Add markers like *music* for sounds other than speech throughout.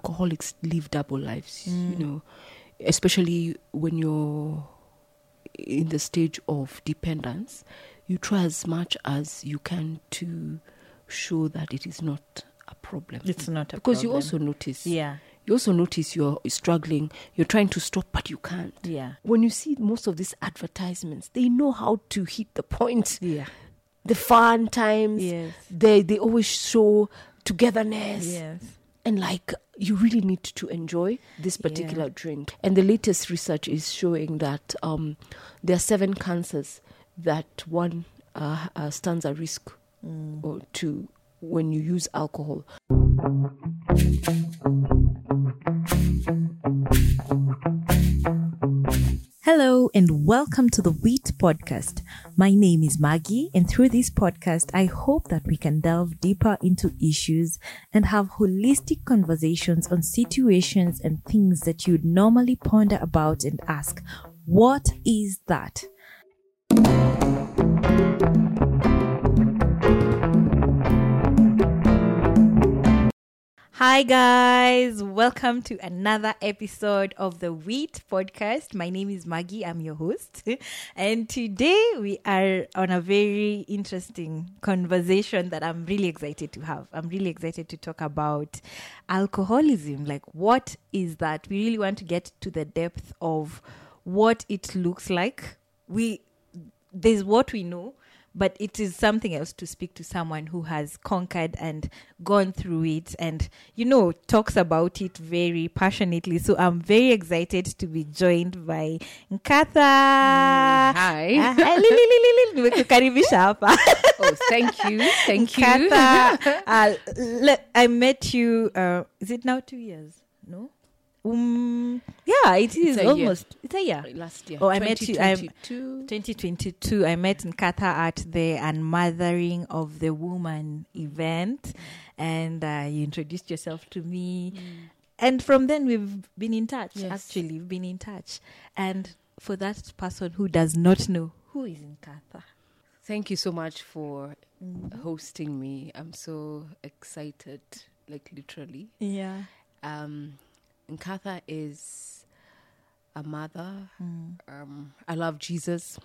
alcoholics live double lives, Mm. you know, especially when you're in the stage of dependence, you try as much as you can to show that it is not a problem. It's not a because you problem. also notice. Yeah. You also notice you're struggling, you're trying to stop, but you can't. Yeah. When you see most of these advertisements, they know how to hit the point Yeah. the fun times. Yes. They they always show togetherness. Yes. And like you really need to enjoy this particular drink. And the latest research is showing that um, there are seven cancers that one uh, uh, stands at risk or to when you use alcohol. Hello and welcome to the Wheat Podcast. My name is Maggie, and through this podcast, I hope that we can delve deeper into issues and have holistic conversations on situations and things that you'd normally ponder about and ask, What is that? Hi, guys. Welcome to another episode of the Wheat Podcast. My name is Maggie. I'm your host. and today we are on a very interesting conversation that I'm really excited to have. I'm really excited to talk about alcoholism. Like, what is that? We really want to get to the depth of what it looks like. We there's what we know, but it is something else to speak to someone who has conquered and gone through it and, you know, talks about it very passionately. So I'm very excited to be joined by Nkatha. Mm, hi. Ah, hi, li- li- li- li- li- nimekukaribisha hapa. Oh, thank you, *laughs* thank Nkatha, uh, le- I met you, uh, is it now two years? No? Um, yeah, it is a year. almost. It's a year. *laughs* Last year, Oh, I met you. I'm- 2022. 2022, I met Nkatha at the Unmothering of the Woman event, and uh, you introduced yourself to me. And from then, we've been in touch. Yes. Actually, we've been in touch. And for that person who does not know who is Nkatha, Thank you so much for hosting me. I'm so excited, like literally. yeah, Um, Nkatha is a mother. Um, I love Jesus.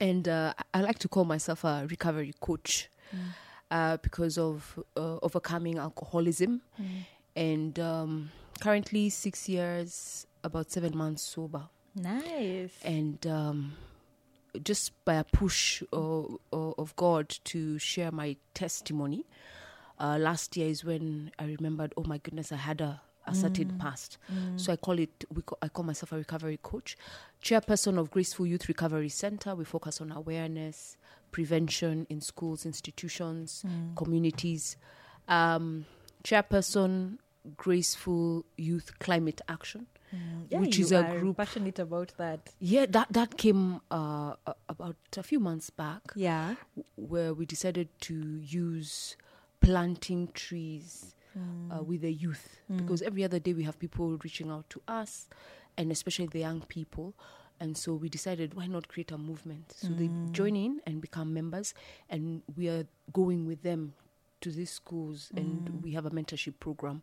And uh, I- I like to call myself a recovery coach uh, because of uh, overcoming alcoholism. And um, currently, six years, about seven months sober nice. and um, just by a push o- o- of God to share my testimony. Uh, last year is when I remembered, oh my goodness, I had a, a certain past. So I call it, we call, I call myself a recovery coach, chairperson of Graceful Youth Recovery Center. We focus on awareness, prevention in schools, institutions, communities. Um, chairperson, Graceful Youth Climate Action, Yeah, which you is a are group passionate about that. yeah, that that came uh, a- about a few months back, Yeah, where we decided to use planting trees uh, with the youth Mm. because every other day we have people reaching out to us, and especially the young people. And so we decided, why not create a movement? So they Mm. join in and become members, and we are going with them to these schools, Mm. and we have a mentorship program.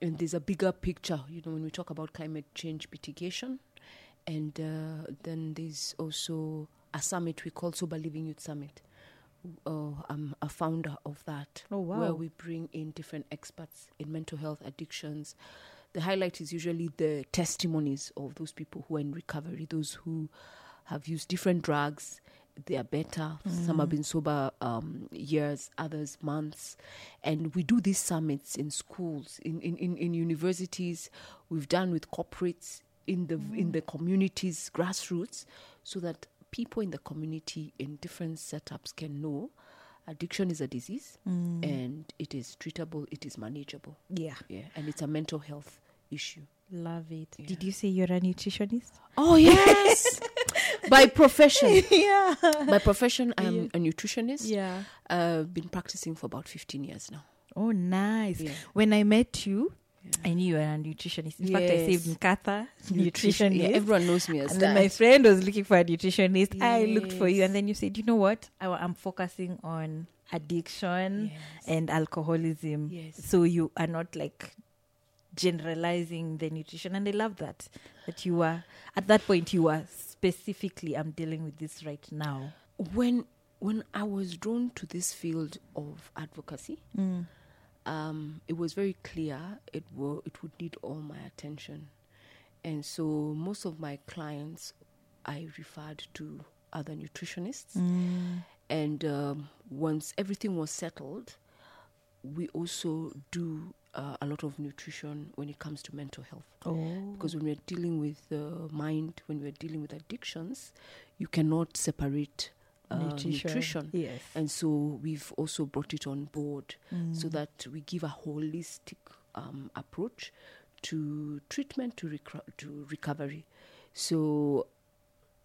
And there's a bigger picture, you know, when we talk about climate change mitigation, and uh, then there's also a summit we call Sober Living Youth Summit. Oh, I'm a founder of that. Oh, wow. Where we bring in different experts in mental health addictions. The highlight is usually the testimonies of those people who are in recovery, those who have used different drugs. They are better. Some have been sober um, years, others months. And we do these summits in schools, in, in, in, in universities. We've done with corporates in the in the communities, grassroots, so that people in the community in different setups can know addiction is a disease Mm. and it is treatable, it is manageable. yeah, Yeah. And it's a mental health issue. love it. Did you say you're a nutritionist? Oh yes. *laughs* By profession. *laughs* Yeah, By profession I am a nutritionist. yeah. Uh, been practicing for about fifteen years now. Oh, nice. Yeah. When I met you, I knew you were a nutritionist. In fact, I Yes. saved Nkatha, Nutrition- nutritionist. Yeah, everyone knows me as and that. then my friend was looking for a nutritionist. I looked for you, and then you said, "You know what? I, am focusing on addiction Yes. and alcoholism. Yes. So you are not like generalizing the nutrition and i love that that you were at that point you were specifically i'm dealing with this right now when when I was drawn to this field of advocacy, um, it was very clear it wo- it would need all my attention, and so most of my clients I referred to other nutritionists, and um, once everything was settled, we also do. Uh, a lot of nutrition when it comes to mental health. Because when we're dealing with the mind, when we're dealing with addictions, you cannot separate uh, nutrition. yes And so we've also brought it on board Mm. so that we give a holistic um, approach to treatment to, recr to recovery. So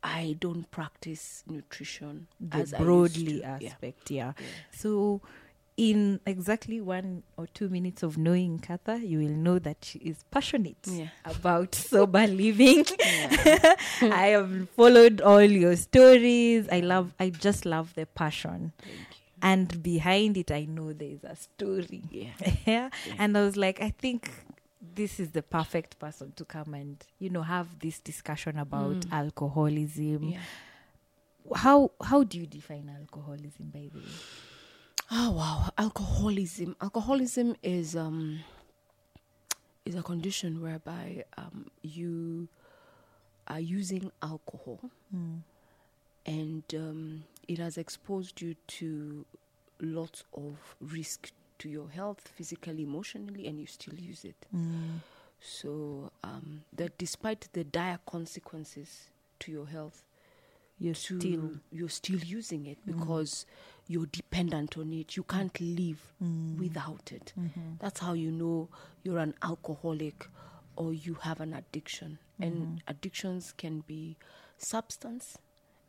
I don't practice nutrition the as I used broadly to. Yeah. aspect yeah. so in exactly one or two minutes of knowing Katha, you will know that she is passionate Yeah. *laughs* about *laughs* sober living. I have followed all your stories. I love, I just love the passion. *laughs* And behind it, I know there's a story. *laughs* Yeah. yeah. And I was like, I think this is the perfect person to come and, you know, have this discussion about alcoholism. Mm. Yeah. How how do you define alcoholism by the way? Oh wow, alcoholism. Alcoholism is um is a condition whereby um you are using alcohol Mm, and um, it has exposed you to lots of risk to your health physically, emotionally, and you still use it. mm. So um, that despite the dire consequences to your health, You're to- still you're still using it because you're dependent on it. You can't live without it. That's how you know you're an alcoholic or you have an addiction. And addictions can be substance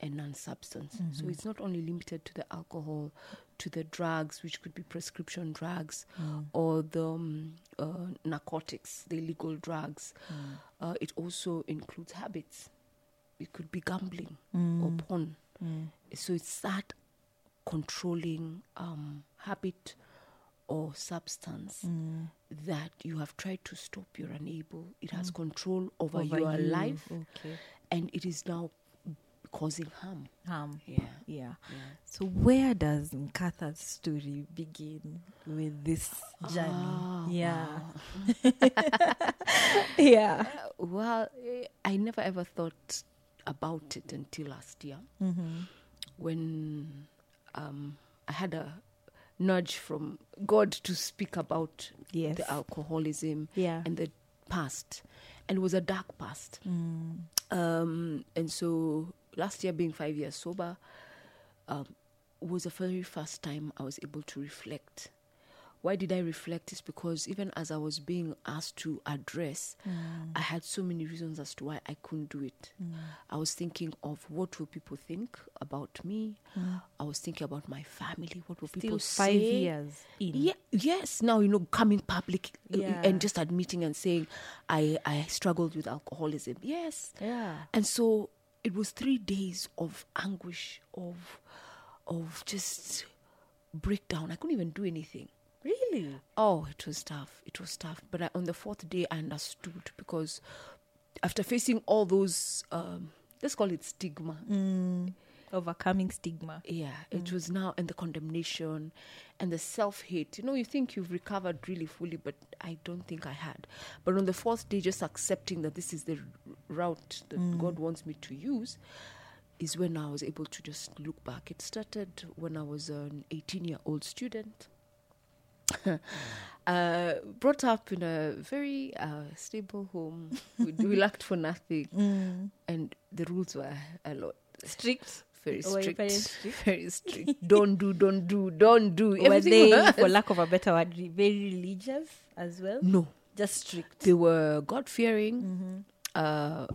and non-substance. So it's not only limited to the alcohol, to the drugs, which could be prescription drugs, or the um, uh, narcotics, the illegal drugs. Uh, it also includes habits. It could be gambling or Mm. porn. So it's that controlling um, habit or substance Mm. that you have tried to stop. You're unable. It has control over, Mm. over your you. life, Okay. and it is now causing harm. Um, Yeah. yeah. So where does Nkatha's story begin with this journey? yeah. *laughs* yeah. Uh, Well, eh, I never ever thought about it until last year Mm-hmm. when um, I had a nudge from God to speak about Yes. the alcoholism uh, Yeah. and the past. And it was a dark past. Mm. Um, and so last year, being five years sober, um, was the very first time I was able to reflect. Why did I reflect? Is because even as I was being asked to address, Mm. I had so many reasons as to why I couldn't do it. I was thinking of what will people think about me. I was thinking about my family. What will Mm. Still people say? five years in. Yeah, yes. Now you know, coming public uh, Yeah. and just admitting and saying, I I struggled with alcoholism. Yes. Yeah. And so it was three days of anguish, of of just breakdown. I couldn't even do anything. Really? Oh, it was tough. It was tough. But I, on the fourth day, I understood because after facing all those, um, let's call it stigma. Overcoming stigma. Yeah, it was now and the condemnation and the self hate. You know, you think you've recovered really fully, but I don't think I had. But on the fourth day, just accepting that this is the r- route that God wants me to use is when I was able to just look back. It started when I was an 18 year old student. uh, brought up in a very uh, stable home, we, we lacked for nothing, and the rules were a lot Mm. Strict. very Were your strict, *laughs* very parents strict. don't do, don't do, don't do. Were Everything they, was- for lack of a better word, re- very religious as well? *laughs* no, Just strict. they were God Mm-hmm. fearing, uh,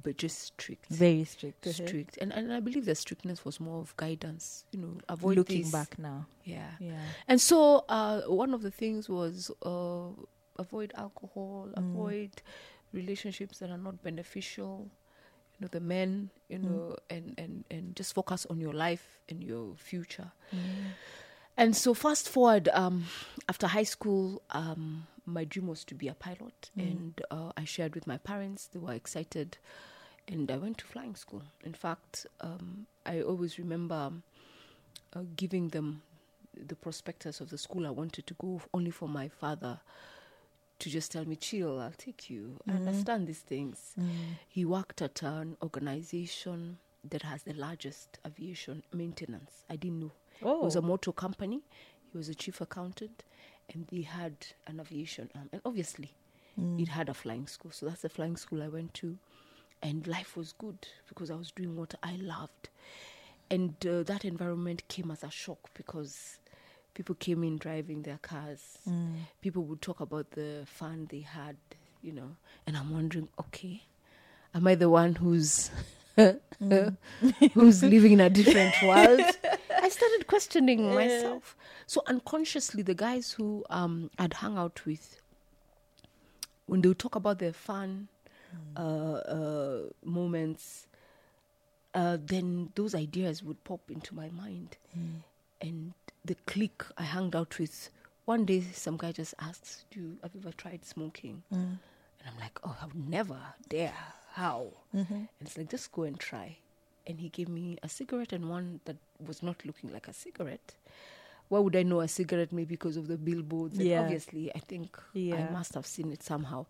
but just strict, Very strict. strict. And and I believe the strictness was more of guidance. You know, avoid Uh-huh. Looking this. back now. Yeah. Yeah. And so uh, one of the things was uh, avoid alcohol, Mm. avoid relationships that are not beneficial. You know, the men, Mm. you know, and, and, and just focus on your life and your Mm. future. And so fast forward, um, after high school, um, my dream was to be a pilot, and uh, I shared with my parents. They were excited, and I went to flying school. In fact, um, I always remember um, uh, giving them the prospectus of the school I wanted to go, only for my father to just tell me, "Chill, I'll take you. I understand these things." He worked at an organization that has the largest aviation maintenance. I didn't know. It was a motor company. He was a chief accountant, and they had an aviation arm. And obviously, it had a flying school. So that's the flying school I went to. And life was good because I was doing what I loved. And uh, that environment came as a shock because people came in driving their cars. People would talk about the fun they had, you know. And I'm wondering, okay, am I the one who's *laughs* who's living in a different world? I started questioning myself. So unconsciously, the guys who um, I'd hung out with, when they would talk about their fun uh, uh, moments, uh, then those ideas would pop into my mind. And the clique I hung out with, one day some guy just asked, "Do you, have you ever tried smoking?" And I'm like, "Oh, I would never dare. How?" And it's like, "Just go and try." And he gave me a cigarette and one that was not looking like a cigarette. Why would I know a cigarette? Maybe because of the billboards. And Yeah. obviously, I think Yeah. I must have seen it somehow.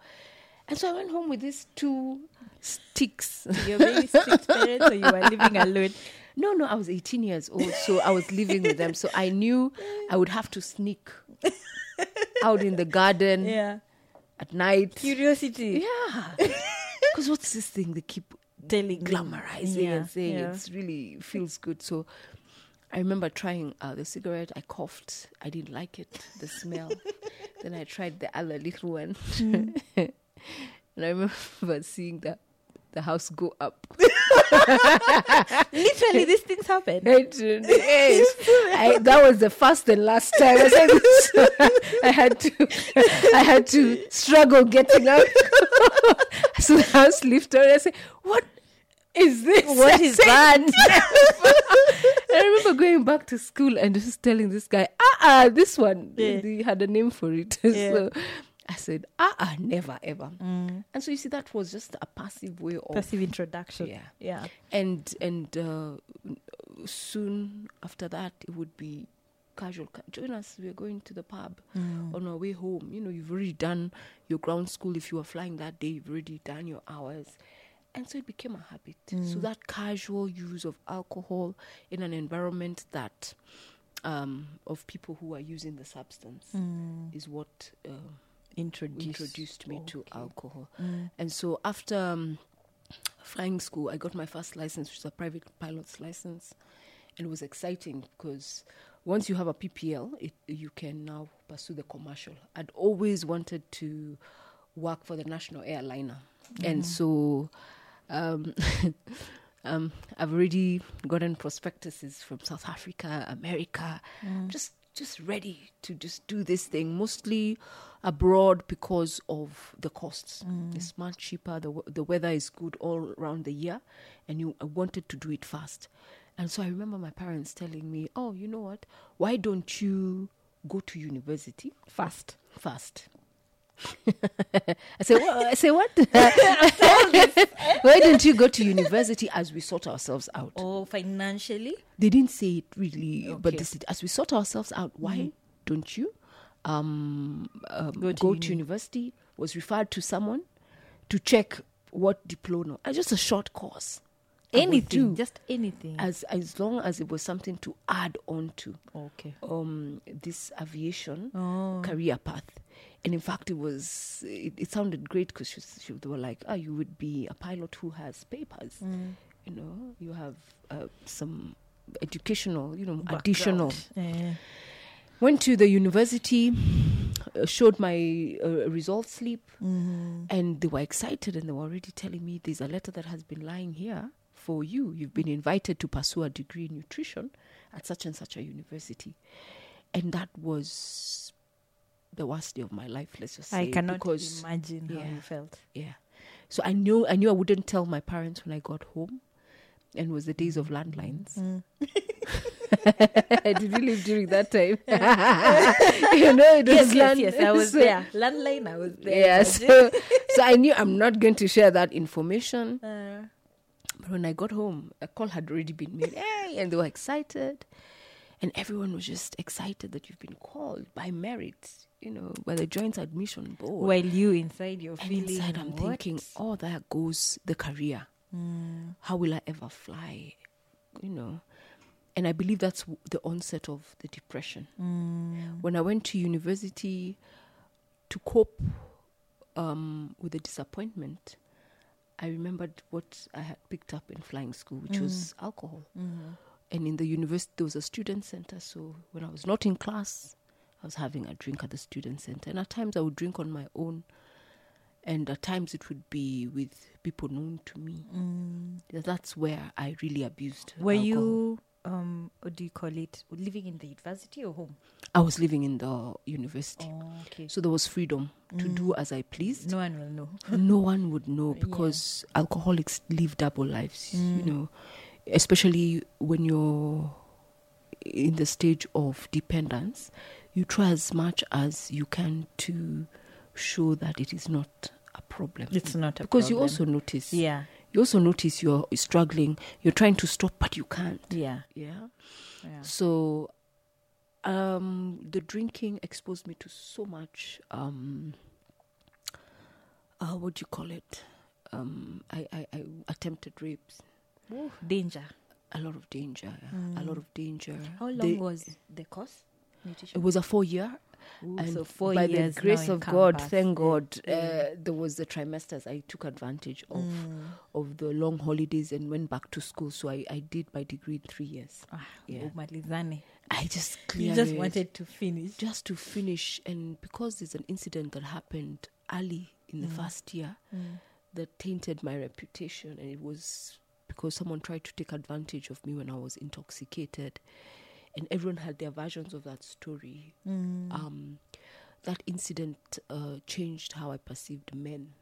And so I went home with these two sticks. *laughs* You're very strict parents, so you were living alone. No, no, I was 18 years old, so I was living with them. So I knew I would have to sneak out in the garden *laughs* *laughs* Yeah. at night. Curiosity. Yeah. Because what's this thing they keep Telling. glamorizing Yeah, and saying yeah. it's really feels good? So I remember trying uh, the cigarette. I coughed. I didn't like it, the *laughs* smell. then I tried the other little one. Mm. *laughs* and I remember *laughs* seeing the, the house go up. Literally, these things happen. *laughs* I don't- yes. I, that was the first and last time I said *laughs* this. I had to, I had to struggle getting out. *laughs* so the house lifted and I said, "What is this? What is *laughs* that?" I remember going back to school and just telling this guy, "Ah, ah, this one." Yeah. He had a name for it, *laughs* so I said, "Ah, ah, never ever." And so you see, that was just a passive way of Mm, Passive introduction. Oh. Yeah. Yeah. and and uh, soon after that it would be casual ca- join us we're going to the pub on our way home you know you've already done your ground school if you were flying that day you've already done your hours and so it became a habit so that casual use of alcohol in an environment that um, of people who are using the substance is what uh, Introduce. introduced me to alcohol. And so after um, flying school, I got my first license, which is a private pilot's license. And it was exciting because once you have a PPL, it, you can now pursue the commercial. I'd always wanted to work for the national airliner. And so um, *laughs* um, I've already gotten prospectuses from South Africa, America. I'm just just ready to just do this thing, mostly abroad because of the costs. It's much cheaper. The w- the weather is good all around the year, and you I wanted to do it fast. And so I remember my parents telling me, "Oh, you know what? Why don't you go to university fast? Fast." I say, what? I say, what? *laughs* Why don't you go to university as we sort ourselves out? Oh, financially? They didn't say it really, but Okay. they said, as we sort ourselves out, why don't you um, um, Mm-hmm. go, to, university? Was referred to someone to check what diploma, uh, just a short course. I would Anything. do, Just anything. as, as long as it was something to add on to okay. um, this aviation career path. And in fact, it was it, it sounded great because she, was- she, they were like, "Ah, you would be a pilot who has papers. You know, you have uh, some educational, you know, additional." Yeah. Went to the university, uh, showed my uh, result slip, Mm-hmm. and they were excited and they were already telling me there's a letter that has been lying here for you. You've been invited to pursue a degree in nutrition at such and such a university. And that was the worst day of my life, let's just say. I cannot because imagine how yeah. you felt. yeah. So I knew I knew I Mm. wouldn't tell my parents when I got home, and it was the days of landlines. *laughs* Did you live during that *laughs* time? *laughs* you know, it yes, was yes, land- yes. I *laughs* was so- there. Landline, I was there. Yeah, so, so I knew I'm not going to share that information. Uh, But when I got home, a call had already been made. Hey, and they were excited. And everyone was just excited that you've been called by merit, you know, by the Joint Admission Board. while you inside, you're and feeling. inside, I'm what? thinking, oh, there goes the career. How will I ever fly? You know. And I believe that's w- the onset of the depression. When I went to university to cope um, with the disappointment, I remembered what I had picked up in flying school, which was Mm. alcohol. Mm-hmm. And in the university, there was a student center. So when I was not in class, I was having a drink at the student center. And at times I would drink on my own. And at times it would be with people known to me. That's where I really abused. Mm. Were alcohol. you, um, what do you call it, living in the university or home? I was living in the university. okay. So there was freedom to Mm. do as I pleased. No one will know. no one would know because alcoholics live double lives, Mm. you know, especially when you're in the stage of dependence. You try as much as you can to show that it is not a problem. It's not a because you problem. also notice. Yeah. You also notice you're struggling. You're trying to stop, but you can't. Yeah. Yeah. Yeah. So, um, the drinking exposed me to so much. Um, uh, what do you call it? Um, I, I, I attempted rapes. Danger. A lot of danger. A lot of danger. Mm. How long They- was the course? It was a four year. Ooh, And so four by years the now grace in of God, campus. thank God, uh, there was the trimesters. I took advantage of Mm. of the long holidays and went back to school. So I, I did my degree in three years. Ah, Yeah. umalizane. I just You cleared just it. wanted to finish. just to finish, and because there's an incident that happened early in the Mm. first year that tainted my reputation, and it was because someone tried to take advantage of me when I was intoxicated, and everyone had their versions of that story. Mm. Um, that incident uh, changed how I perceived men.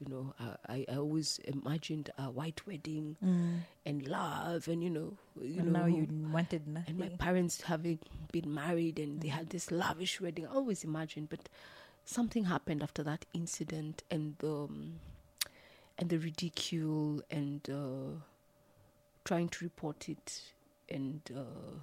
You know, I, I- I always imagined a white wedding Mm. and love, and you know, you and know, now you wanted nothing. and my parents having been married and they had this lavish wedding. I always imagined, but something happened after that incident and the um, and the ridicule and uh, trying to report it and uh,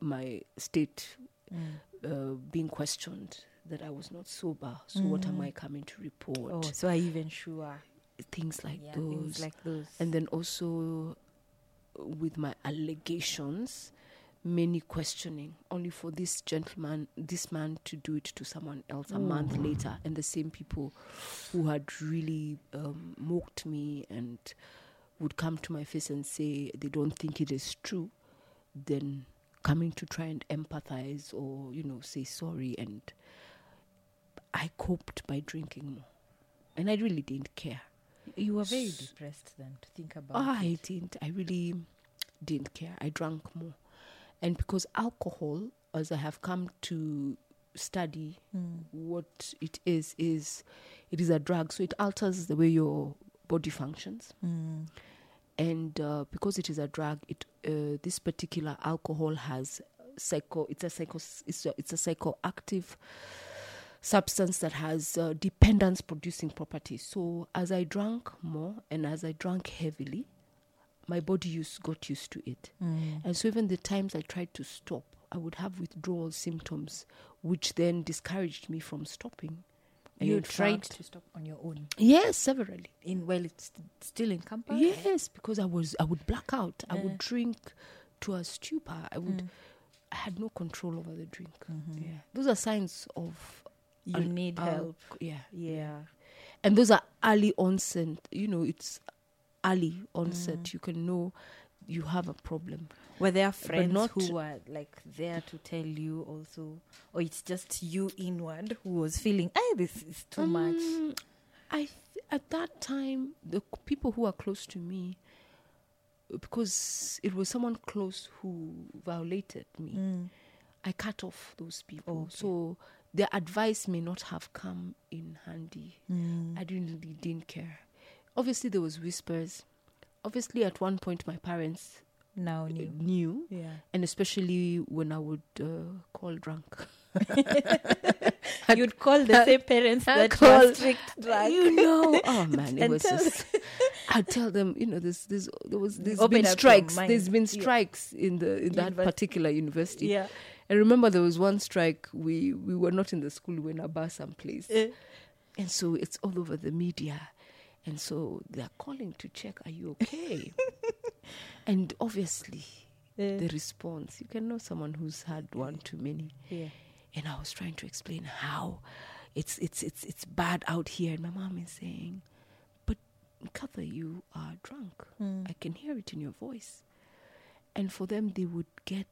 my state Mm. uh, being questioned that I was not sober. So what am I coming to report? Mm-hmm. oh, so are you even sure? Things like Yeah, those things like those. and then also uh, with my allegations many questioning only for this gentleman this man to do it to someone else a month later and the same people who had really um, mocked me and would come to my face and say they don't think it is true then coming to try and empathize or you know say sorry and i coped by drinking more and i really didn't care you were very depressed then to think about. Oh, I didn't. I really didn't care. I drank more. And because alcohol, as I have come to study what it is, is it is a drug. So it alters the way your body functions. Mm, And uh, because it is a drug, it uh, this particular alcohol has psycho. It's a psycho. It's a, it's a psychoactive substance that has uh, dependence producing properties. So as I drank more and as I drank heavily, my body used, got used to it. mm. And so even the times I tried to stop, I would have withdrawal symptoms, which then discouraged me from stopping. And you in tried fact- to stop on your own. Yes, severally. In well, it's st- still in campus. Yes, because I was I would black out. I would drink to a stupor. I would I had no control over the drink. Yeah. Those are signs of You an need alc- help. Yeah. uh, Yeah. and those are early onset you know it's early onset you can know you have a problem Were there friends not- who were like there to tell you also, or it's just you inward who was feeling, "Hey, this is too much." Mm, i th- at that time the c- people who are close to me because it was someone close who violated me Mm, i cut off those people so their advice may not have come in handy mm. i didn't really didn't care obviously there was whispers obviously at one point my parents now new. new Yeah. and especially when I would uh, call drunk. *laughs* You'd call the same parents that call- *laughs* were strict drug. You *laughs* know, oh man, it And was tell just. I tell them, you know, there's there's there was there's Open been up your strikes. mind. There's been Yeah. strikes in the in that Univers- particular university. Yeah. I remember there was one strike. We we were not in the school. We were in a bar someplace, Eh. and so it's all over the media, and so they're calling to check, are you okay? and obviously, Yeah. the response. You can know someone who's had one too many Yeah. and I was trying to explain how it's it's it's it's bad out here, and my mom is saying, "But Katha, you are drunk. I can hear it in your voice." And for them, they would get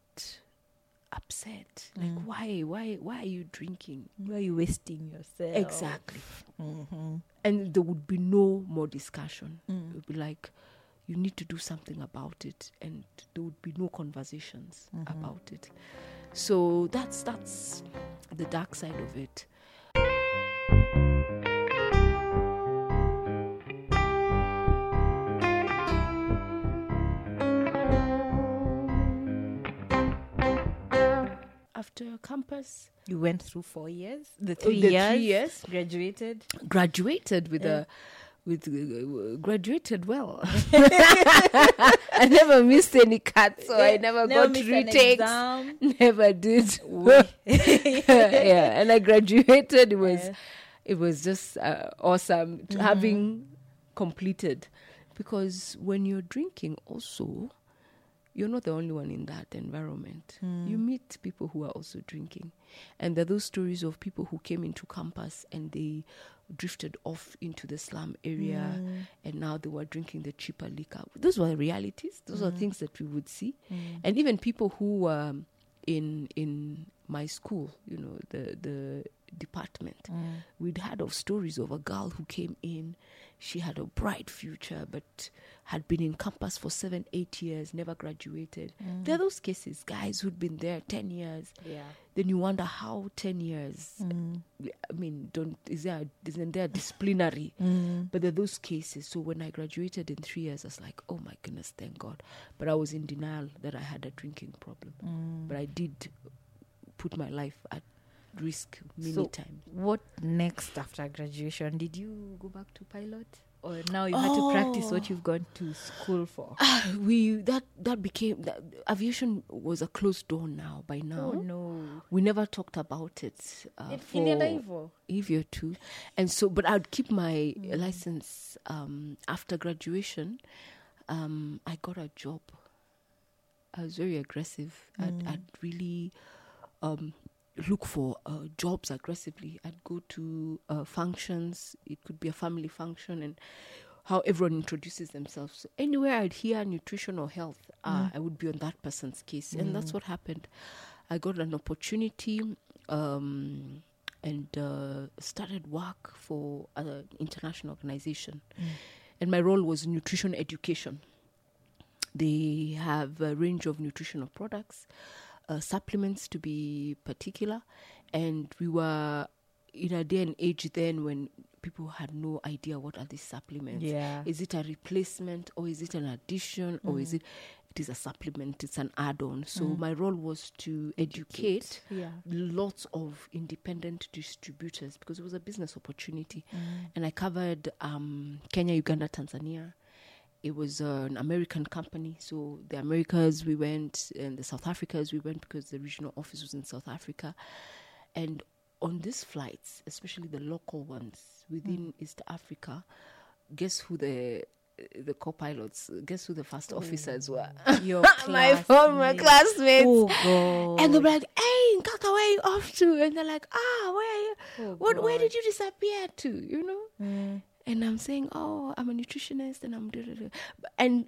upset, like, "Why, why, why are you drinking?" Why are you wasting yourself? Exactly. Mm-hmm. And there would be no more discussion. It would be like, you need to do something about it, and there would be no conversations about it. So that's that's the dark side of it. After campus, You went through four years, the three three, years, years, graduated. graduated with a with uh, graduated well. *laughs* I never missed any cuts, so Oh, I never, got missed an retakes. exam. Never did. *laughs* yeah, and I graduated. It was it was just uh, awesome to having completed, because when you're drinking, also. You're not the only one in that environment. You meet people who are also drinking. And there are those stories of people who came into campus and they drifted off into the slum area and now they were drinking the cheaper liquor. Those were realities. Those are things that we would see. And even people who were um, in in my school, you know, the the department, we'd heard of stories of a girl who came in, she had a bright future but had been in campus for seven, eight years, never graduated. There are those cases, guys who'd been there ten years, Yeah. then you wonder how 10 years i mean don't is there isn't there disciplinary Mm, but there are those cases so when i graduated in three years i was like oh my goodness thank god but i was in denial that i had a drinking problem Mm. but i did put my life at risk many So, times What next after graduation? Did you go back to pilot, or now you had to practice Oh. what you've gone to school for? we that that became that, aviation was a closed door now by now Oh no! we never talked about it uh, for Ilienda hivyo? hivyo too and so but i'd keep my license um, after graduation um, i got a job i was very aggressive i'd, I'd really um, look for uh, jobs aggressively i'd go to uh, functions it could be a family function and how everyone introduces themselves so anywhere i'd hear nutrition or health uh, i would be on that person's case and that's what happened i got an opportunity um, and uh, started work for an international organization. And my role was nutrition education. They have a range of nutritional products, uh, supplements to be particular, and we were in a day and age then when people had no idea what are these supplements. Yeah. Is it a replacement or is it an addition or is it it is a supplement, it's an add-on. So my role was to educate, Yeah. lots of independent distributors because it was a business opportunity. And I covered um, Kenya, Uganda, Tanzania. It was an American company. So the Americas we went and the South Africas we went because the regional office was in South Africa. And on these flights, especially the local ones within East Africa, guess who the the co-pilots, guess who the first officers were? Your *laughs* my former classmates. classmates. Oh god! And they'll be like, hey, Kaka, where are you off to? And they're like, ah, where are you? Oh, what, where did you disappear to? You know? Mm. And I'm saying, oh, I'm a nutritionist and I'm. da, da, da." And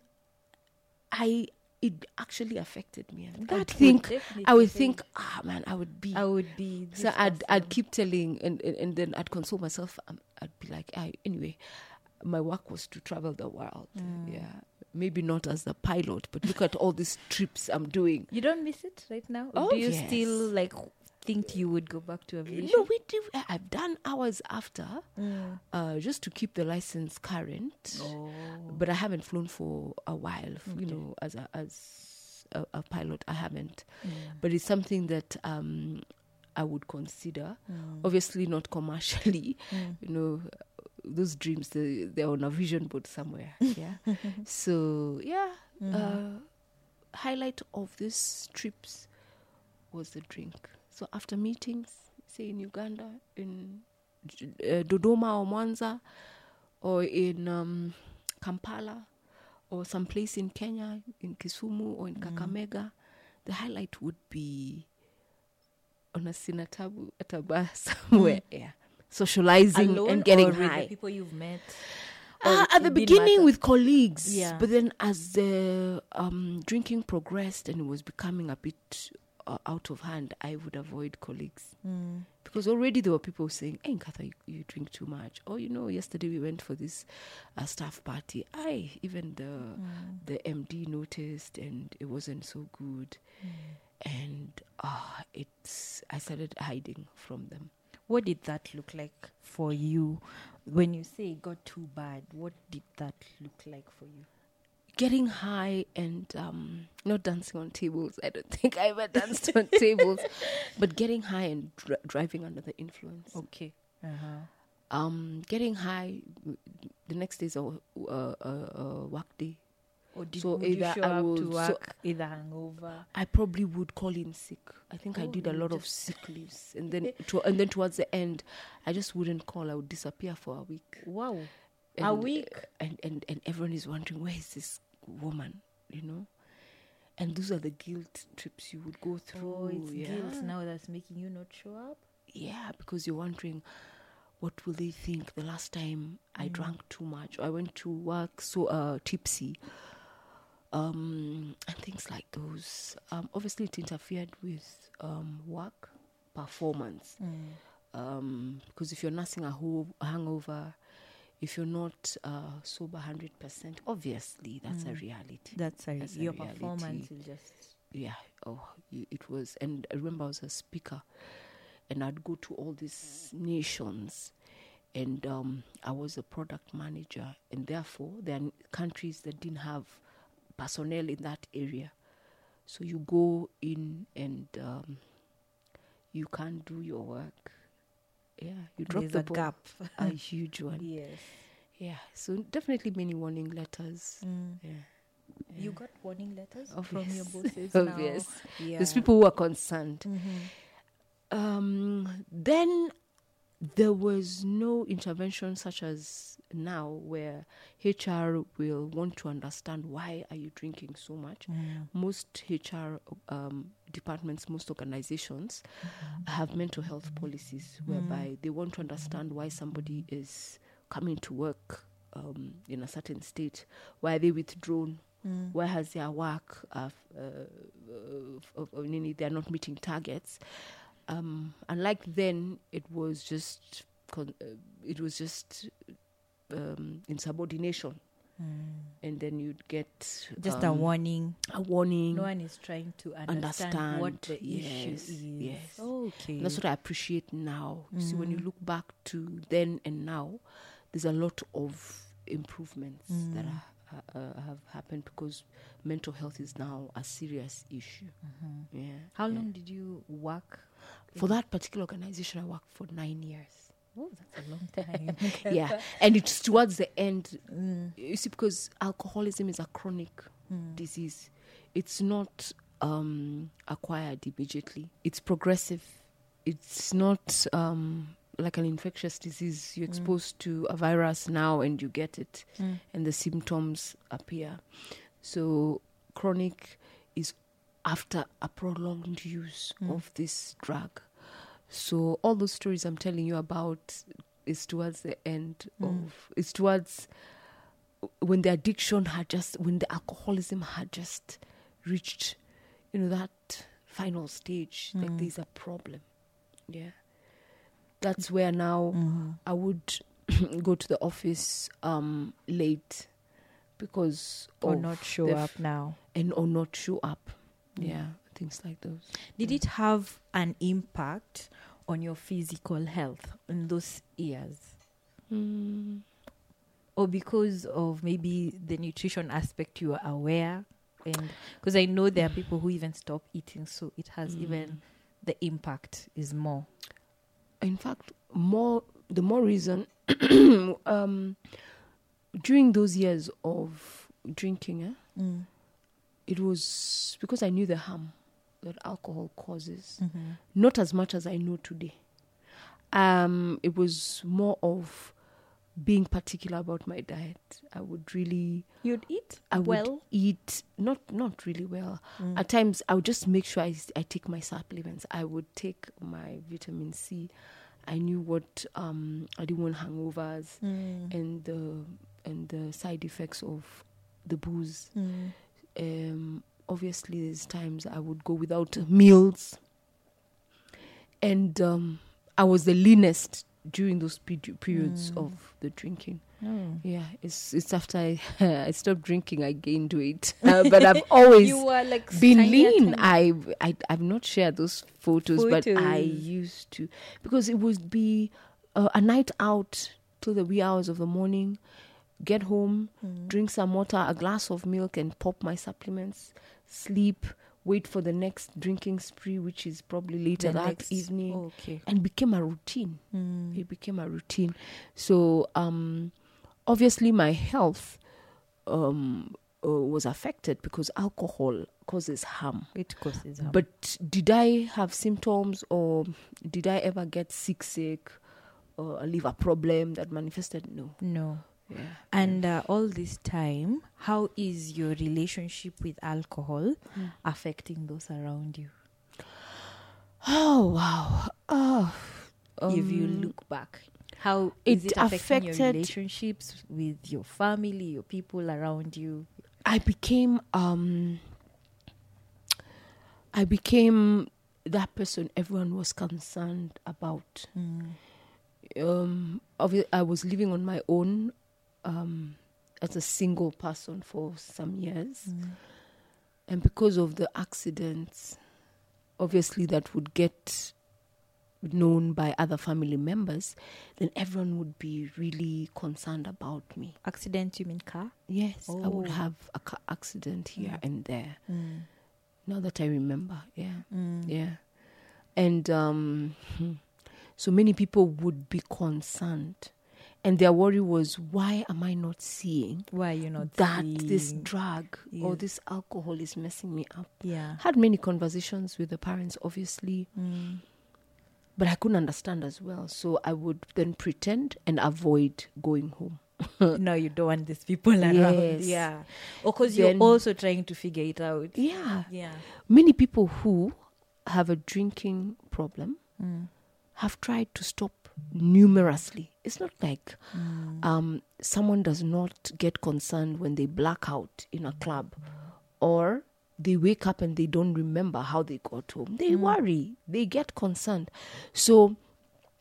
I, it actually affected me. And That I'd would think, I definitely would think, ah, man, I would be. I would be. so I'd, I'd keep telling, and, and, and then I'd console myself. Um, I'd be like, I, anyway, my work was to travel the world. Mm. Yeah. Maybe not as a pilot, but look at all these trips I'm doing. You don't miss it right now? Or Oh, do you yes. still like think you would go back to aviation? No, we do. I- I've done hours after, uh, just to keep the license current. But I haven't flown for a while. f- You know, as a, as a, a pilot, I haven't. But it's something that um, I would consider. Obviously, not commercially. You know, those dreams they, they're on a vision board somewhere. Yeah. so yeah. Uh, highlight of these trips was the drink. So after meetings, say in Uganda, in uh, Dodoma or Mwanza, or in um, Kampala, or someplace in Kenya, in Kisumu or in Mm. Kakamega, the highlight would be on a sinatabu at a bar *laughs* somewhere. Yeah. Socializing Mm. Alone and getting or with high. the people you've met? Ah, Or at the it didn't beginning matter? with colleagues, Yeah. but then as the um, drinking progressed and it was becoming a bit uh, out of hand, I would avoid colleagues Hmm. because already there were people saying, "Hey, Nkatha, you, you drink too much." Oh, you know, yesterday we went for this uh, staff party. I even the Hmm. the MD noticed, and it wasn't so good, Hmm. and uh, it's I started hiding from them. What did that look like for you when you say it got too bad? What did that look like for you? getting high and um, not dancing on tables. I don't *laughs* think I ever danced on tables, but getting high and dri- driving under the influence. Okay. Uh-huh. Um, getting high. w- The next day is a, a, a, a work day. Or did So would you either show I up to would- so- work either hangover? I probably would call in sick. I think I Oh, did a you lot of sick leaves, and then to, and then towards the end, I just wouldn't call. I would disappear for a week. Wow. and, uh, A week? and, and and everyone is wondering where is this woman you know and those are the guilt trips you would go through Oh, it's yeah guilt now that's making you not show up. yeah because you're wondering what will they think the last time i drank too much or i went to work so uh tipsy um and things like those um obviously it interfered with um work performance um because if you're nursing a ho- a hangover if you're not uh, sober 100% obviously that's a reality That's a, That's a your reality. performance will just yeah oh y- it was and i remember i was a speaker and i'd go to all these nations and um, i was a product manager and therefore there are n- countries that didn't have personnel in that area so you go in and um, you can't do your work yeah you drop there's the a ball. gap. *laughs* a huge *laughs* one yes. yeah so definitely many warning letters yeah You got warning letters from *laughs* your Obvious. Obvious. bosses now. Yeah. Mm-hmm. There's people who are concerned. Um, then there was no intervention such as now, where HR will want to understand why are you drinking so much. Mm. Most HR um, departments, most organizations have mental health policies whereby they want to understand why somebody is coming to work um, in a certain state? Why are they withdrawn? Where has their work, uh, f- uh, of, of, of Nini, they're not meeting targets? Um, unlike then, it was just con- uh, it was just um, insubordination, and then you'd get Just a um, warning. Mm. a warning. No one is trying to understand, what the Understand. issue Yes. is. Yes. Okay. That's what I appreciate now. You see, when Mm. you look back to then and now, there's a lot of improvements Mm. that are, uh, uh, have happened because mental health is now a serious issue. Yeah. Mm-hmm. How yeah. long did you work? For that particular organization, I worked for nine *laughs* years. Oh, that's a *laughs* long time. yeah. And it's towards the end. Mm. You see, because alcoholism is a chronic disease, it's not um, acquired immediately, it's progressive. It's not um, like an infectious disease. You're exposed to a virus now and you get it, and the symptoms appear. So, chronic is after a prolonged use of this drug. So all those stories I'm telling you about is towards the end of it's towards when the addiction had just when the alcoholism had just reached you know that final stage Hmm. like there's a problem yeah that's where now Hmm. Mm. i would *clears throat* go to the office um late because or of not show the up now. and or not show up. Yeah, things like those. Did it have an impact on your physical health in those years? Hmm. Or because of maybe the nutrition aspect you were aware? And because I know there are people who even stop eating, so it has even the impact is more. in fact, more the more reason *clears throat* um, during those years of drinking, eh, Mm, it was because I knew the harm that alcohol causes, mm-hmm. not as much as I know today. Um, it was more of being particular about my diet. I would really You'd eat I would well. eat not not really well. Mm. At times, I would just make sure I, s- I take my supplements. I would take my vitamin C. I knew what um, I didn't want hangovers Mm. and the and the side effects of the booze. Mm. Um, obviously, there's times I would go without meals, and um, I was the leanest during those peri- periods of the drinking. Mm. Yeah, it's it's after I, *laughs* I stopped drinking, I gained weight. Uh, *laughs* but I've always You were like been tiny at lean. times. I, I I've not shared those photos, but I Photos. used to because it would be uh, a night out till the wee hours of the morning. Get home, Hmm. drink some water, a glass of milk, and pop my supplements. Sleep, wait for the next drinking spree, which is probably later The that next- oh. evening okay. Hmm. and became a routine. It became a routine. So um, obviously, my health um, uh, was affected because alcohol causes harm. It causes harm. But did I have symptoms, or did I ever get sick, sick, or a liver problem that manifested? No. no. Yeah. And uh, all this time, how is your relationship with alcohol Hmm. affecting those around you? Oh wow. Oh. if you look back, how is it it affecting your affected- relationships with your family, your people around you? I became um I became that person everyone was concerned about. Um obvi- I was living on my own um as a single person for some years. Hmm. And because of the accidents obviously that would get known by other family members, then everyone would be really concerned about me. Accident, you mean car? Yes, I would Oh. have a car accident here and there. Hmm. Now that I remember, yeah, yeah, and um, so many people would be concerned, and their worry was, why am I not seeing Why you not that seeing- this drug or Yes. this alcohol is messing me up? Yeah. Had many conversations with the parents, obviously, but I couldn't understand as well. So I would then pretend and avoid going home. *laughs* no, you don't want these people around. Yes. Yeah. Or because you're Then- also trying to figure it out. Yeah, Yeah. many people who have a drinking problem Mm. have tried to stop numerously. It's not like Mm. um, someone does not get concerned when they black out in a club or they wake up and they don't remember how they got home. Mm. They worry, they get concerned. So,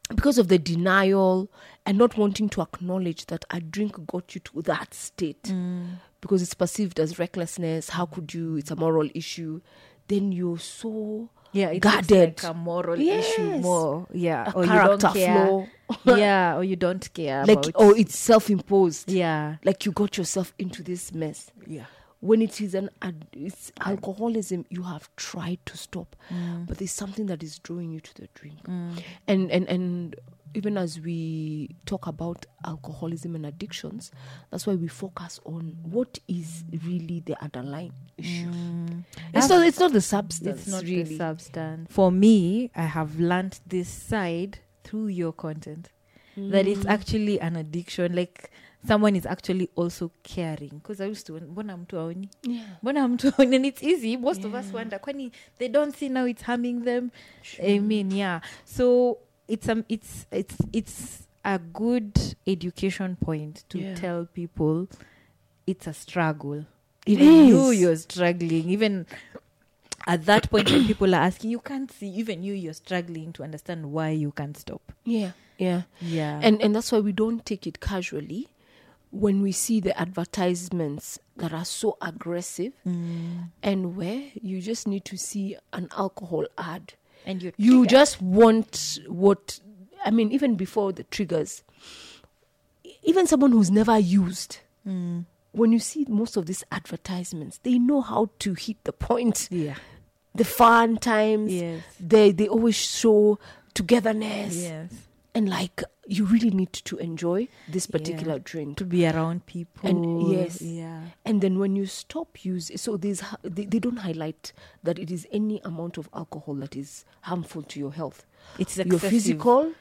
because of the denial and not wanting to acknowledge that a drink got you to that state Mm. because it's perceived as recklessness how could you it's a moral issue then you're so Yeah, it's guarded like a moral issue Yes. more. Yeah, Oh, A character care. flaw. *laughs* yeah, or you don't *laughs* care like about. oh it's self-imposed yeah, like you got yourself into this mess yeah, when it is an ad- it's alcoholism you have tried to stop Mm. but there's something that is drawing you to the drink and and and even as we talk about alcoholism and addictions that's why we focus on what is really the underlying issue it's not it's not the substance Mm. it's not really the substance. For me, I have learned this side through your content that it's actually an addiction. Like someone is actually also caring. Because I used to, when I'm too aoni, yeah when I'm too aoni, and it's easy. Most of us wonder, kwani they don't see now it's harming them. I mean, yeah. So it's um, it's it's it's a good education point to Yeah. tell people it's a struggle. It Even You is. you're struggling. Even at that point when people are asking, you can't see. Even you, you're struggling to understand why you can't stop. yeah yeah Yeah. and and that's why we don't take it casually when we see the advertisements that are so aggressive and where you just need to see an alcohol ad And you're you triggered. just want what i mean even before the triggers even someone who's never used when you see most of these advertisements they know how to hit the point Yeah. the fun times Yes. they they always show togetherness Yes. and like you really need to enjoy this particular drink To be around people. and yes Yeah. and then when you stop using so these ha- they, they don't highlight that it is any amount of alcohol that is harmful to your health It's your excessive. physical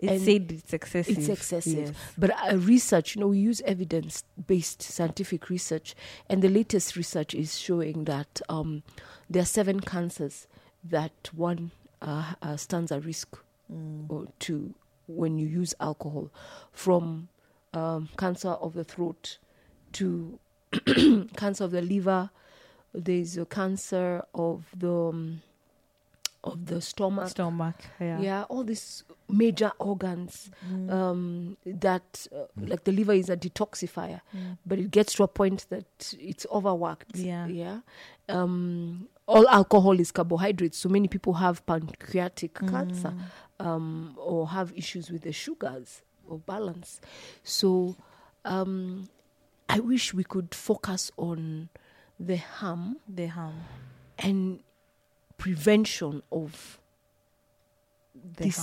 It and said it's excessive. it's excessive Yes. but uh, research you know we use evidence based scientific research and the latest research is showing that um, there are seven cancers that one uh, uh, stands at risk Mm. or to when you use alcohol from um, cancer of the throat to *clears throat* cancer of the liver there's a cancer of the um, of the stomach Stomach. Yeah. Mm-hmm. yeah all these major organs um, that uh, like the liver is a detoxifier Mm. but it gets to a point that it's overworked Yeah. yeah um, all alcohol is carbohydrates so many people have pancreatic Mm. cancer um, or have issues with the sugars or balance so um, i wish we could focus on the harm The harm. and prevention of The this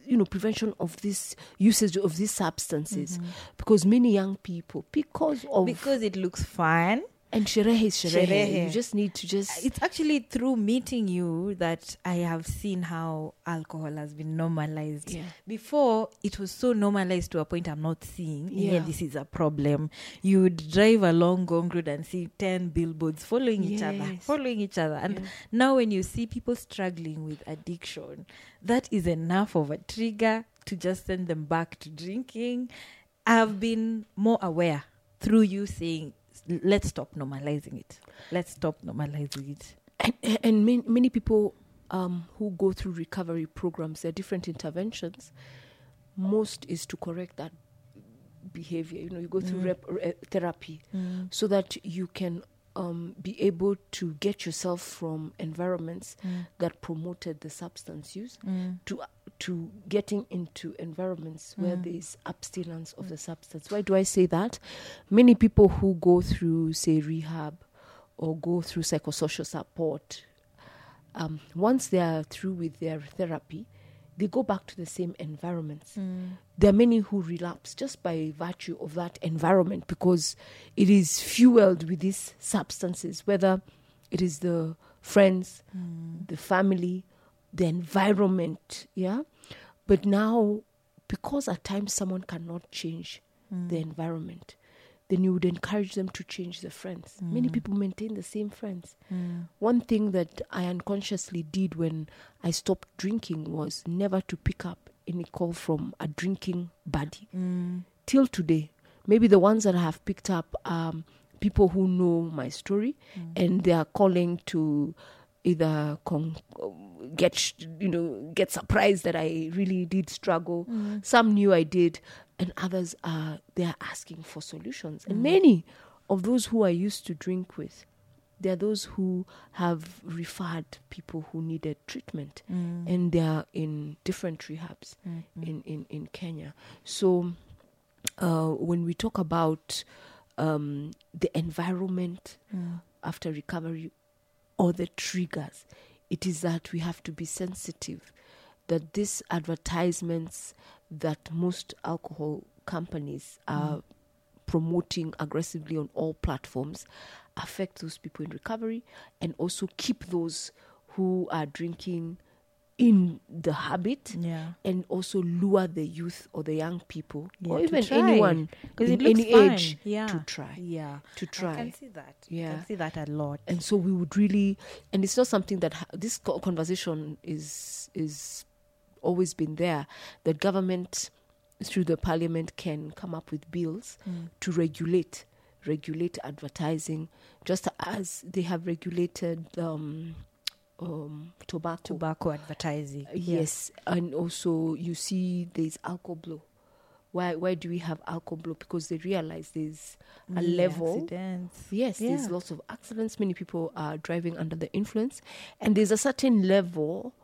harm. you know prevention of this usage of these substances because many young people because of Mm-hmm. Because it looks fun. and sherehe is sherehe. Sherehe. you just need to just It's actually through meeting you that I have seen how alcohol has been normalized. Yeah. Before, it was so normalized to a point I'm not seeing. Yeah, Yeah. this is a problem. You would drive along Gong Road and see 10 billboards following each other, Yes. following each other. And Yeah. now, when you see people struggling with addiction, that is enough of a trigger to just send them back to drinking. I've been more aware through you saying, let's stop normalizing it. Let's stop normalizing it. and, and many, many people um, who go through recovery programs there are different interventions most is to correct that behavior you know you go through Mm. rep, re- therapy so that you can um, be able to get yourself from environments that promoted the substance use to to getting into environments where there is abstinence of the substance. Why do I say that? Many people who go through say rehab or go through psychosocial support, um, once they are through with their therapy, they go back to the same environments. There are many who relapse just by virtue of that environment because it is fueled with these substances, whether it is the friends, the family, the environment, yeah. But now, because at times someone cannot change the environment, then you would encourage them to change the friends. Many people maintain the same friends. One thing that I unconsciously did when I stopped drinking was never to pick up any call from a drinking buddy. Till today, maybe the ones that I have picked up are people who know my story and they are calling to either con- get sh- you know get surprised that I really did struggle. Some knew I did, and others are they are asking for solutions. And many of those who I used to drink with, they are those who have referred people who needed treatment, Mm. and they are in different rehabs in, in in Kenya. So uh, when we talk about um, the environment after recovery or the triggers, it is that we have to be sensitive that these advertisements that most alcohol companies are promoting aggressively on all platforms affect those people in recovery and also keep those who are drinking in the habit Yeah. and also lure the youth or the young people Yeah, or to even try. anyone 'Cause in it looks any fun. age Yeah. to try Yeah. to I try can see that. I Yeah. can see that a lot. and so we would really and it's not something that ha- this co- conversation is is always been there that government through the parliament can come up with bills Mm. to regulate regulate advertising just as they have regulated um, um, tobacco Tobacco advertising. Yes, and also you see there's alcohol blow, why why do we have alcohol blow? Because they realize there's a Many level. accidents. Yes, Yeah. there's lots of accidents. Many people are driving under the influence, and there's a certain level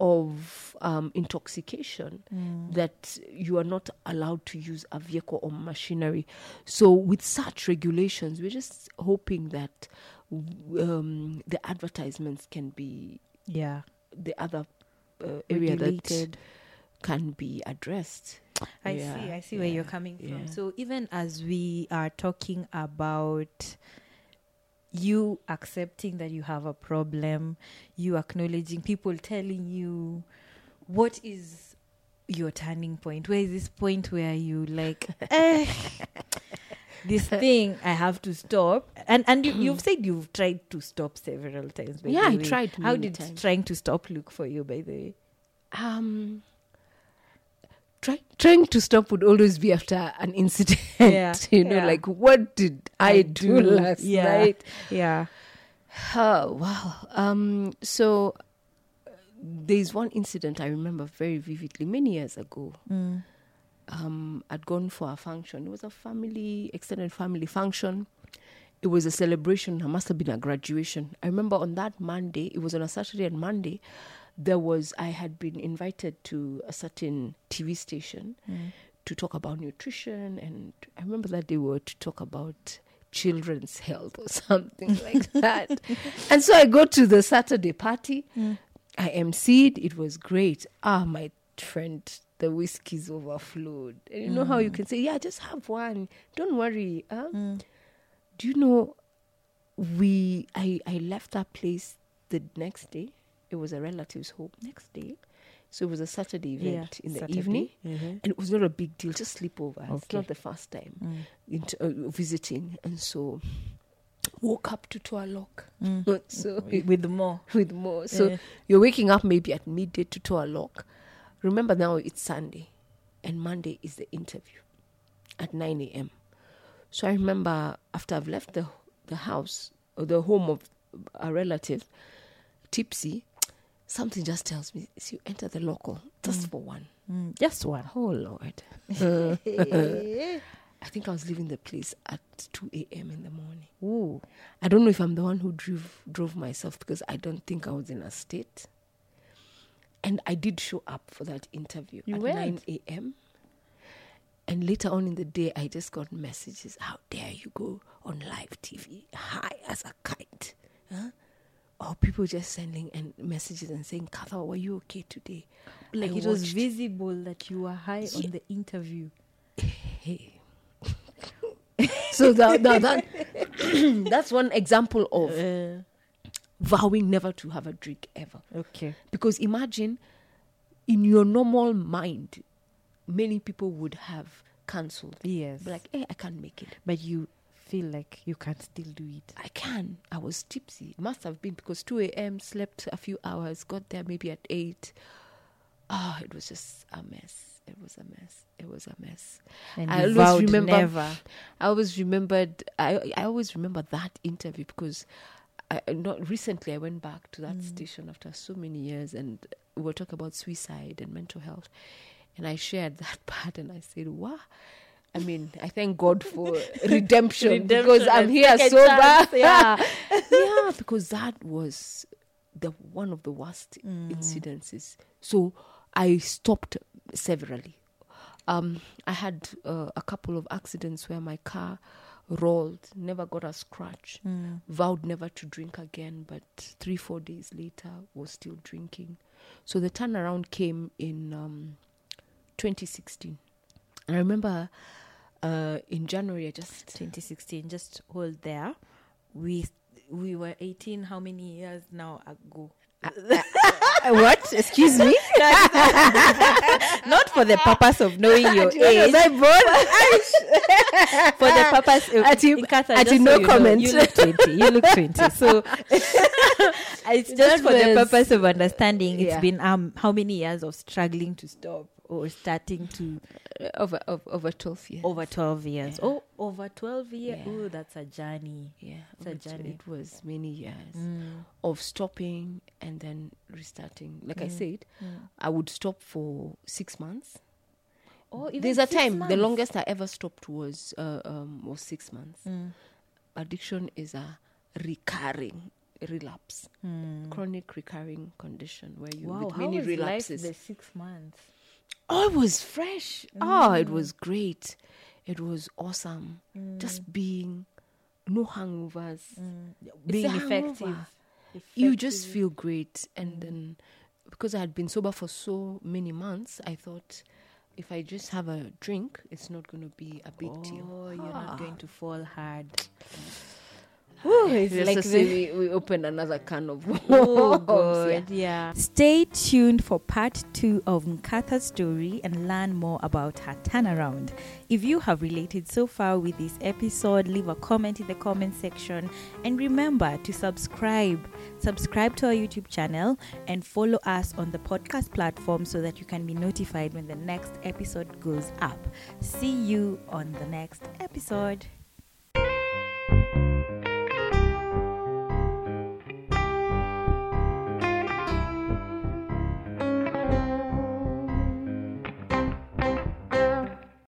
of um, intoxication Mm. that you are not allowed to use a vehicle or machinery. So, with such regulations, we're just hoping that w- um, the advertisements can be Yeah. the other uh, area that Regulated. can be addressed. I Yeah, see. I see where you're coming from. yeah. So even as we are talking about you accepting that you have a problem, you acknowledging people telling you what is your turning point? Where is this point where you like *laughs* eh, *laughs* this thing I have to stop? And and you, you've said you've tried to stop several times. By Yeah, the I way. tried How many did times. trying to stop look for you? By the way, um try, trying to stop would always be after an incident Yeah, *laughs* you know yeah. like what did i, do, last yeah, night Yeah. oh wow um so uh, there's one incident i remember very vividly many years ago um i'd gone for a function it was a family extended family function it was a celebration. It must have been a graduation. I remember on that Monday, it was on a Saturday and Monday, there was I had been invited to a certain TV station to talk about nutrition, and I remember that they were to talk about children's health or *laughs* something like that. And so I go to the Saturday party. I emceed. It was great. Ah, my friend. The whiskey's overflowed. And you know how you can say, Yeah, just have one. Don't worry. Um, do you know we I, I left that place the next day it was a relative's home next day so it was a saturday event in the Saturday. Mm-hmm. evening and it was not a big deal just sleepover it's not the first time Mm, into, uh, visiting and so woke up to Tualok. *laughs* mm. so With more. with more. So you're waking up maybe at midday to two o'clock. Remember now it's Sunday, and Monday is the interview at nine a.m. So I remember after I've left the the house or the home of a relative, tipsy, something just tells me "Is you enter the local just for one. Mm, Just one. Oh Lord, I think I was leaving the place at two a.m. in the morning. Ooh. I don't know if I'm the one who drove drove myself because I don't think I was in a state. And I did show up for that interview You at went? 9 a.m. And later on in the day, I just got messages. How dare you go on live TV high as a kite? Huh? Or people just sending and messages and saying, Katha, were you okay today? Like I it was watched- visible that you were high on the interview. Hey. *laughs* so that, that, that- *clears throat* that's one example of Uh, vowing never to have a drink ever. Okay. Because imagine in your normal mind, many people would have cancelled. Yes. Be Like, hey, I can't make it. but you feel like you can still do it. I can. I was tipsy. It must have been because 2 a.m., slept a few hours, got there maybe at 8. Oh, it was just a mess. It was a mess. It was a mess. And I you always vowed remember. never. I always remembered. I I always remember that interview because, I, not recently, I went back to that Mm. station after so many years, and we were talking about suicide and mental health, and I shared *laughs* that part, and I said, "Wow." I mean, I thank God *laughs* for redemption, because Redemption I'm and here second sober. chance, yeah. *laughs* yeah, because that was the one of the worst Mm. incidences. So I stopped severally. Um, I had uh, a couple of accidents where my car rolled, never got a scratch, Mm. vowed never to drink again, but three, four days later was still drinking. So the turnaround came in um, 2016. And I remember uh, in January, I just 2016, just hold there. We we were 18 how many years now ago? what? Excuse *laughs* me? Not *laughs* for the purpose of knowing your Was age, I *laughs* born? for the purpose of At you- In Qatar, at just you no know, comment. you look 20. You look 20. So *laughs* it's just That for the was- purpose of understanding. It's Yeah. been um how many years of struggling to stop or starting to over over, over 12 years. over 12 years. Oh, over 12 years. Yeah. Oh, that's a journey. Yeah, It's a it- journey. It was many years Mm. of stopping and Mm. then restarting. Like I said, I would stop for six months, Oh, even There's a six time. The months. longest I ever stopped was uh, um, was six months. Mm. Addiction is a recurring relapse, chronic recurring condition where you Mm. Wow, with how many was life relapses. the six months? Oh, it was fresh. Oh, it was great. It was awesome. Just being no hangovers, Being Mm. a effective. hangover. Mm. You just feel great, and then because I had been sober for so many months, I thought if I just have a drink, it's not going to be a big deal. Oh, you're not going to fall hard. Oh, *laughs* It's like we, we opened another can of *laughs* worms. *laughs* Oh, yeah. God. Yeah. Stay tuned for part two of Mkatha's story and learn more about her turnaround. If you have related so far with this episode, leave a comment in the comment section and remember to subscribe. Subscribe to our YouTube channel and follow us on the podcast platform so that you can be notified when the next episode goes up. See you on the next episode.